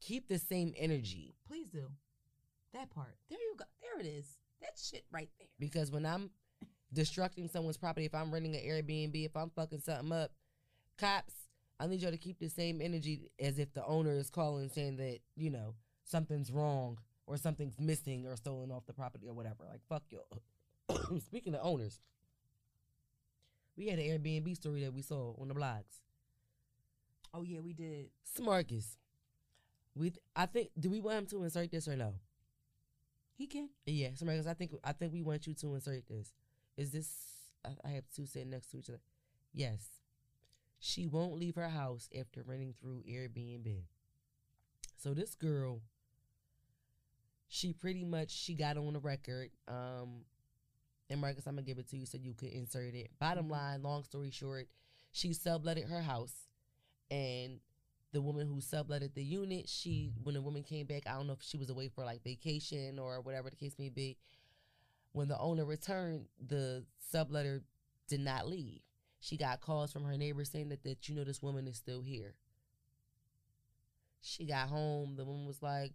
keep the same energy
please do that part. There you go. There it is. That shit right there.
because when I'm destructing someone's property, if I'm renting an Airbnb, if I'm fucking something up, cops, I need y'all to keep the same energy as if the owner is calling saying that you know something's wrong or something's missing or stolen off the property or whatever. Like fuck y'all. *coughs* Speaking of owners, we had an Airbnb story that we saw on the blogs.
Oh yeah, we did.
Smarkus. We th- I think do we want him to insert this or no?
He can.
Yeah, Smarkus. I think I think we want you to insert this. Is this? I, I have two sitting next to each other. Yes. She won't leave her house after running through Airbnb. So this girl, she pretty much she got on the record. Um, and Marcus, I'm gonna give it to you so you could insert it. Bottom line, long story short, she subletted her house, and the woman who subletted the unit, she when the woman came back, I don't know if she was away for like vacation or whatever the case may be. When the owner returned, the subletter did not leave. She got calls from her neighbor saying that that you know this woman is still here. She got home. The woman was like,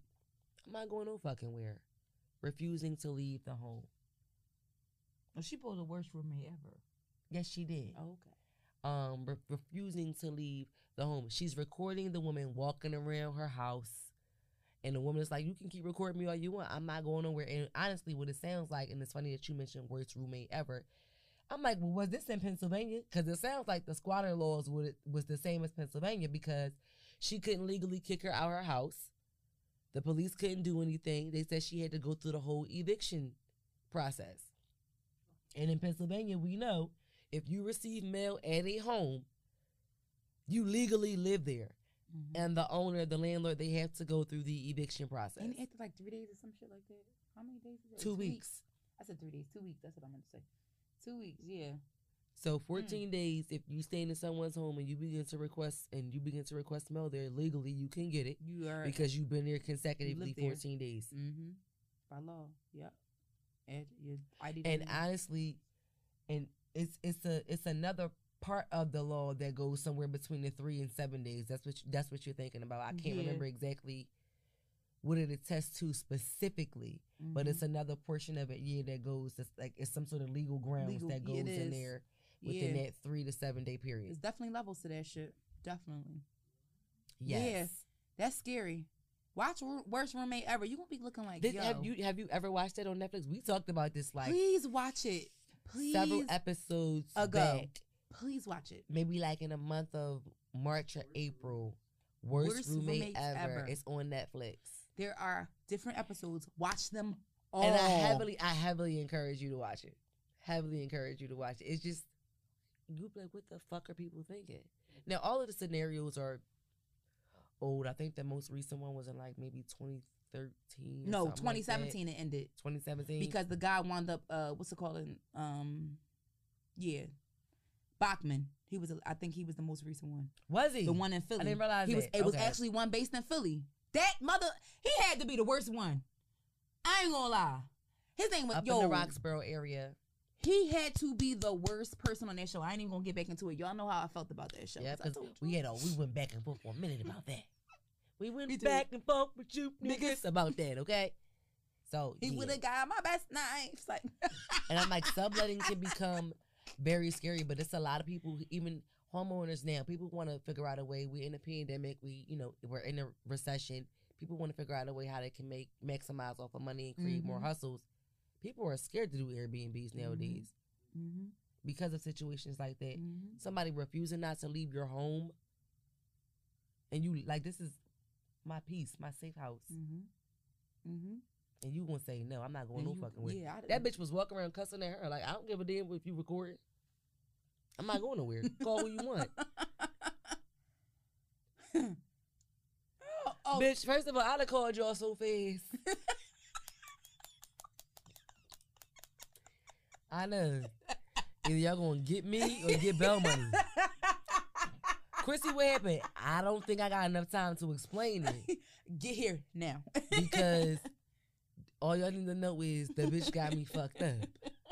"I'm not going no fucking where," refusing to leave the home.
Oh, she pulled the worst roommate ever.
Yes, she did.
Okay.
um, re- refusing to leave the home. She's recording the woman walking around her house, and the woman is like, "You can keep recording me all you want. I'm not going nowhere." And honestly, what it sounds like, and it's funny that you mentioned worst roommate ever. I'm like, well, was this in Pennsylvania? Because it sounds like the squatter laws would was the same as Pennsylvania because She couldn't legally kick her out her house. The police couldn't do anything. They said she had to go through the whole eviction process. And in Pennsylvania, we know if you receive mail at a home, you legally live there.
Mhm.
And the owner, the landlord, they have to go through the eviction process.
And after like three days or some shit like that. How many days? Is that?
Two weeks.
I said three days. Two weeks. That's what I meant to say. Two weeks. Yeah. Hmm.
So 14 days, if you stay in someone's home and you begin to request and you begin to request mail there legally, you can get it
You are.
because you've been there consecutively
there.
14 days.
Mm-hmm. By law. Yep. And your ID.
And
number.
honestly, and it's it's a it's another part of the law that goes somewhere between the three and seven days. That's what you, that's what you're thinking about. I can't
Yeah.
remember exactly what it attests to specifically, but
Mhm.
it's another portion of it. Yeah, that goes that's like it's some sort of legal grounds
Legal-
that
yeah, it
goes in
is.
there within
yeah.
that three to seven day period.
It's definitely levels to that shit. Definitely.
Yes.
That's scary. Watch Wor- worst roommate ever. You gonna be looking like
Did,
yo.
have you have you ever watched that on Netflix? We talked about this like
please watch it. Please,
several episodes
ago.
back,
please watch it.
maybe like in the month of March or April. Worst,
Worst
roommate,
roommates
ever.
ever.
It's on Netflix,
There are different episodes. Watch them all.
and I heavily I heavily encourage you to watch it. Heavily encourage you to watch it. It's just you be like, what the fuck are people thinking? Now all of the scenarios are old. I think the most recent one was in like maybe 2013. or
no
something like that.
2017 it ended
2017.
because the guy wound up uh what's it called um yeah Bachman. He was a- I think he was the most recent one.
was he
The one in Philly.
didn't realize
he was.
that.
It was
Okay.
actually one based in Philly. That mother, he had to be the worst one. I ain't gonna lie. His name was
up
yo.
in the Roxborough area?
He had to be the worst person on that show. I ain't even gonna get back into it. Y'all know how I felt about that show.
Yeah,
'cause I
because
told
we
you.
had a we went back and forth for a minute about that.
*laughs*
We went
We did.
back and forth with you
Niggas.
niggas about that, okay? So
*laughs* He
yeah.
would have got my best knife. Like,
and I'm like
*laughs*
subletting can become very scary, but it's a lot of people, who- even homeowners now. People want to figure out a way. We're in a pandemic. We you know we're in a recession. People want to figure out a way how they can make maximize off of money and create more
Mhm.
hustles. People are scared to do Airbnbs nowadays
mm-hmm,
because of situations like that.
mm-hmm.
somebody refusing not to leave your home and you like this is my peace, my safe house.
Mm-hmm. Mm-hmm.
And you gonna say no, I'm not going no fucking way.
Yeah, I
That
didn't-
bitch was walking around cussing at her, like, I don't give a damn if you record. it. I'm not
*laughs*
going nowhere. Call who you want.
Oh, *gasps* oh,
Bitch, first of all, I'd have called y'all so fast. I know. Either y'all gonna get me or get Bell money. Chrissy, what happened? I don't think I got enough time to explain it.
*laughs* get here now.
because all y'all need to know is the bitch got me
*laughs*
fucked up. *laughs*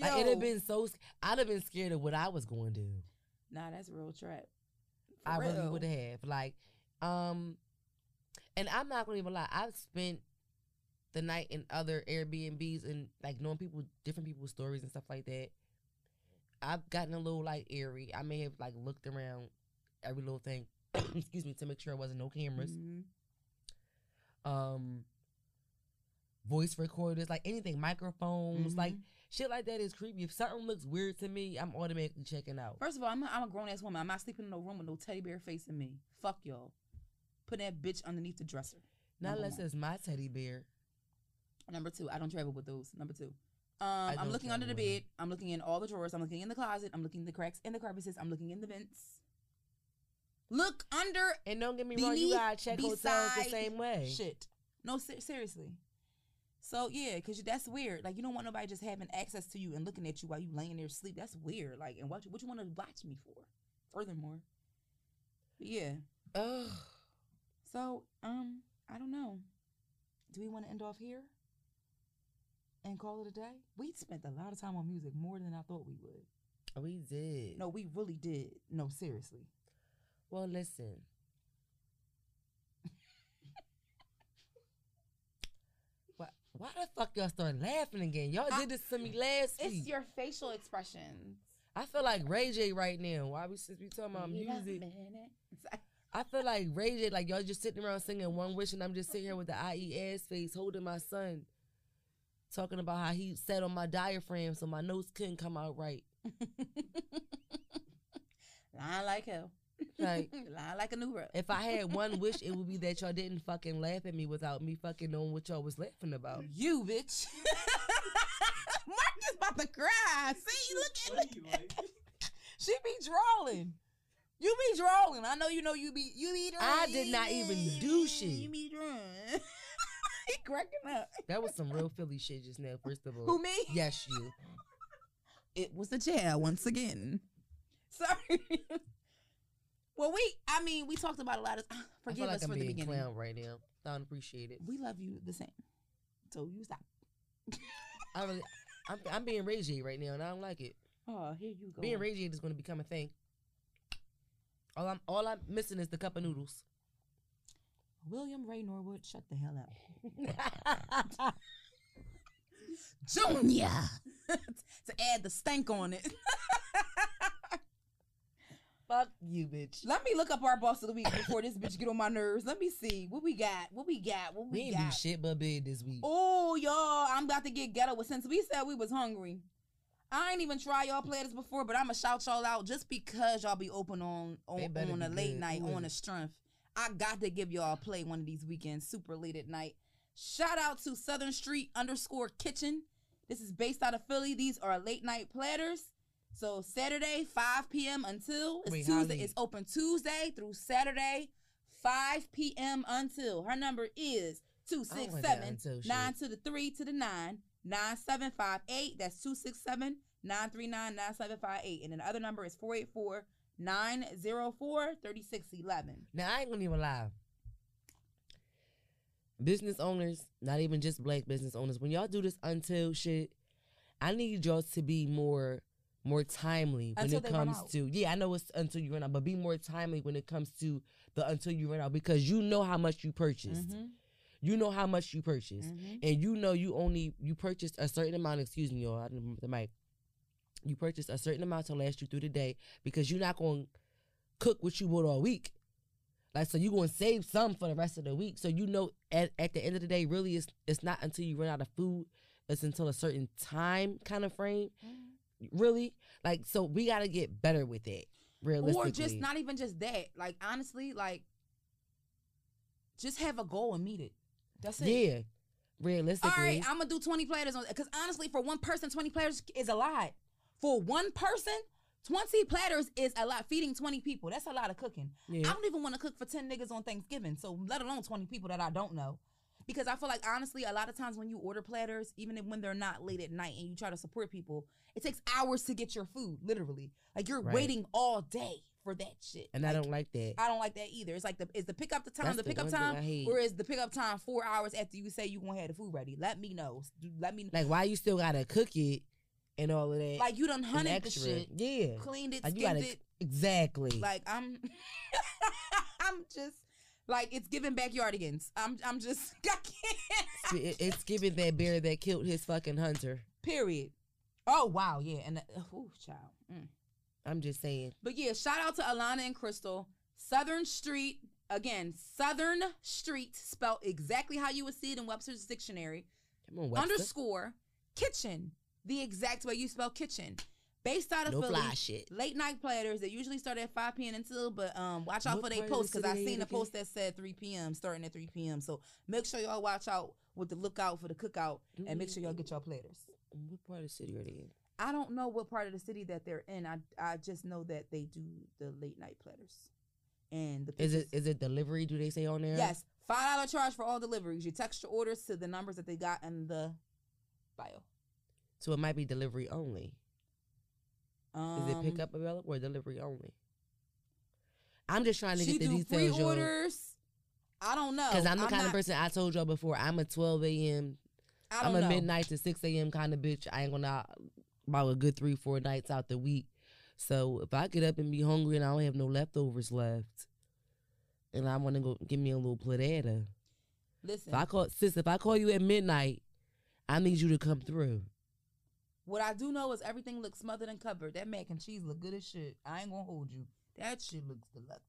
Like it'd
Yo.
have been so. sc- I'd have been scared of what I was going to do.
Nah, that's real trap. For
I really
real.
would have. Like, um, and I'm not gonna even lie. I've spent the night in other Airbnbs and like knowing people, different people's stories and stuff like that. I've gotten a little like eerie. I may have like looked around every little thing. *coughs* excuse me to make sure it wasn't no cameras.
Mhm. Mm-hmm.
um voice recorders, like anything, microphones, like
Mhm.
shit like that is creepy. If something looks weird to me, I'm automatically checking out.
First of all, I'm not, I'm a grown ass woman. I'm not sleeping in no room with no teddy bear facing me. Fuck y'all. Put that bitch underneath the dresser.
Not
number
unless
one.
it's my teddy bear.
Number two, I don't travel with those. Number two.
I
Um, I'm
don't
looking under the
travel with
bed. I'm looking in all the drawers. I'm looking in the closet. I'm looking in the cracks in the crevices. I'm looking in the vents. Look under
And don't get me wrong, you
Beneath,
gotta check hotels the
beside,
same way.
shit. No, ser- seriously. So yeah, cause you- that's weird. Like you don't want nobody just having access to you and looking at you while you laying there asleep. That's weird. Like and what you, what you want to watch me for? Furthermore, but yeah.
Ugh.
So um, I don't know. Do we want to end off here and call it a day? We spent a lot of time on music, more than I thought we would.
*sighs* We did.
No, we really did. No, seriously.
Well, *laughs* listen. Why, why the fuck y'all start laughing again? Y'all
I-
did this to me last week.
your facial expressions.
I feel like Ray J right now. Why we since we talking about music? I feel like Ray J, like y'all just sitting around singing one wish, and I'm just sitting here with the IE ass face holding my son, talking about how he sat on my diaphragm so my notes couldn't come out right.
Lying like hell.
Like,
*laughs* Lying like a new rug.
if I had
*laughs*
one wish, it would be that y'all didn't fucking laugh at me without me fucking knowing what y'all was laughing about.
Oh, You bitch. *laughs* Mark is about to cry. See, look at
Funny, like,
she be drawing. You be drawing. I know you know you be you be drawing.
I did not even do shit.
You be drawing. *laughs* he cracking up.
That was some real Philly shit just now. First of all,
Who me?
yes, you.
It was the chair once again. *laughs* Sorry. well, we I mean we talked about a lot of *sighs* ah,
I
forgive
feel like
us
I'm
for the
being
beginning.
clown right now. I don't appreciate it.
We love you the same. So you stop.
I really, I'm, I'm being Ray J right now, and I don't like it.
Oh, here you go.
Being Ray J is going to become a thing. All I'm all I'm missing is the cup of noodles.
William Ray Norwood, shut the hell up. *laughs* Junior *laughs* to add the stank on it. *laughs*
Fuck you, bitch.
Let me look up our boss of the week before this bitch get on my nerves. Let me see what we got. What we got. What
We
we
ain't do
got.
shit but bed this week.
Oh, y'all, I'm about to get ghetto. But since we said we was hungry, I ain't even try y'all play this before, but I'ma shout y'all out just because y'all be open on
They
on,
better
on
be
a late
good.
night
Who is
on
it?
a strength. I got to give y'all a play one of these weekends, super late at night. Shout out to Southern Street underscore Kitchen. This is based out of Philly. These are late night platters. So Saturday, 5 p.m. until it's
Wait, how
Tuesday.
late?
It's open Tuesday through Saturday, 5 p.m. until. Her number is two
I don't
six
want that
seven
until Oh, shit.
nine to the three to the nine nine seven five eight. That's two six seven nine three nine nine seven five eight. And then the other number is 484 904 3611.
Now I ain't gonna even lie. Business owners, not even just black business owners, when y'all do this until shit, I need y'all to be more more timely when
Until
it
they run
comes
out.
to yeah, I know it's until you run out, but be more timely when it comes to the until you run out because you know how much you purchased.
Mm-hmm.
You know how much you purchased. And you know you only you purchased a certain amount, excuse me, y'all, I didn't remember the mic. You purchased a certain amount to last you through the day because you're not gonna cook what you bought all week. Like so, you're gonna save some for the rest of the week. So you know, at, at the end of the day, really, it's it's not until you run out of food. It's until a certain time kind of frame.
Mm-hmm.
Really, like so, we gotta get better with it. Realistically,
Or just not even just that. Like, honestly, like, just have a goal and meet it. That's it.
Yeah,
All
realistically.
right, I'm gonna do 20 players on because honestly, for one person, 20 players is a lot. For one person, 20 platters is a lot. Feeding 20 people, that's a lot of cooking.
Yeah.
I don't even want to cook for 10 niggas on Thanksgiving, so let alone 20 people that I don't know. Because I feel like honestly, a lot of times when you order platters, even if- when they're not late at night and you try to support people, it takes hours to get your food, literally. Like you're
Right.
waiting all day for that shit.
and I
Like,
don't like that.
I don't like that either. It's like the is the pickup the time
That's
the
the
pickup
one thing I
time
hate.
or is the pickup time four hours after you say you gonna have the food ready? Let me know. Let me
like, why you still gotta cook it and all of that?
like you done
and
hunted the
extra.
shit,
Yeah,
cleaned it,
like
skinned
you gotta
it.
exactly.
Like I'm, *laughs* I'm just like it's giving backyardigans. I'm I'm just *laughs* I can't.
It- it's giving that bear that killed his fucking hunter.
Period. Oh wow, yeah, and uh, ooh, child. Mm.
I'm just saying.
But yeah, shout out to Alana and Crystal. Southern Street, again, Southern Street, spelled exactly how you would see it in Webster's Dictionary.
Come on, Webster.
Underscore kitchen, the exact way you spell kitchen. Based out of
no
Philly,
fly shit.
late night platters that usually start at 5 p.m. until, but um, watch out
What
for they
part of the
post because I
city they
seen
in
a post that said 3 p.m. starting at 3 p.m. So make sure y'all watch out with the lookout for the cookout and make sure y'all get y'all platters.
What part of the city are they in?
I don't know what part of the city that they're in. I I just know that they do the late night platters, and the
Is it
pictures-
is it delivery? Do they say on there?
yes five dollar charge for all deliveries. You text your orders to the numbers that they got in the bio.
So it might be delivery only. Is
Um,
it pickup available or delivery only? I'm just trying to
She
get the
do
details, y'all.
pre-orders. I don't know
Because I'm the kind
not-
of person I told y'all before. I'm a 12 a.m.
I
I'm
don't
a
know.
midnight to 6 a.m. kind of bitch. I ain't gonna about a good three, four nights out the week. So if I get up and be hungry and I don't have no leftovers left, and I want to go give me a little platada.
Listen,
If I call sis, if I call you at midnight, I need you to come through.
what I do know is everything looks smothered and covered. That mac and cheese look good as shit. I ain't gonna hold you. That shit looks delectable.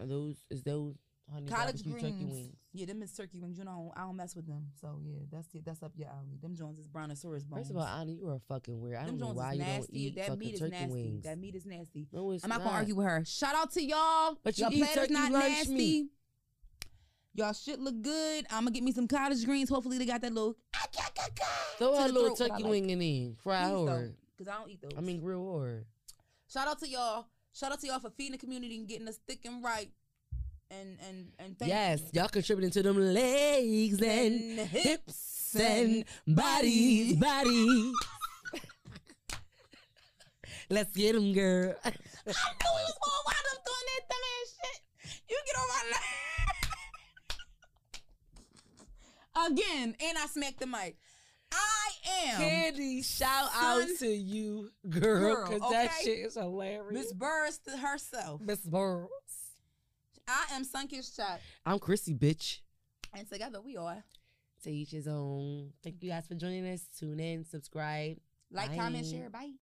Are those is those honey
College
barbecue turkey
greens.
wings.
Yeah, them is turkey wings. You know, I don't mess with them. So yeah, that's it. That's up your alley. Them Jones is brontosaurus bones.
First of all, Ani, you are fucking weird. I
them
don't know
Jones
why
is
you
nasty.
don't eat
that
fucking
meat is
turkey
nasty.
wings.
That meat is nasty.
no, it's
I'm not gonna argue with her. Shout out to y'all.
But you
y'all
eat
platter's
turkey
not
lunch
nasty.
meat.
Y'all shit look good. I'm gonna get me some cottage greens. Hopefully they got that little
Throw
to
her a
the
little
throat, but I
turkey
like
wing in in. Fry
Please don't,
hard.
Cause I don't eat those.
I mean, grill hard.
shout out to y'all. Shout out to y'all for feeding the community and getting us thick and right. And and and thank
yes, y'all contributing to them legs and
and
hips and bodies, body. Let's get them, girl.
I knew he was gonna wind up doing that dumb ass shit. You get on my nerve. *laughs* Again, and I smacked the mic. I am
*laughs* Candy, shout
Son.
out to you, girl,
Girl,
because that
okay?
shit is hilarious.
Miss Burrs to herself.
Miss Burrows.
I am Sunkish Shot.
I'm Chrissy, bitch.
And together we are.
To each his own. Thank you guys for joining us. Tune in, subscribe.
Like, comment,
Bye.
share, bye.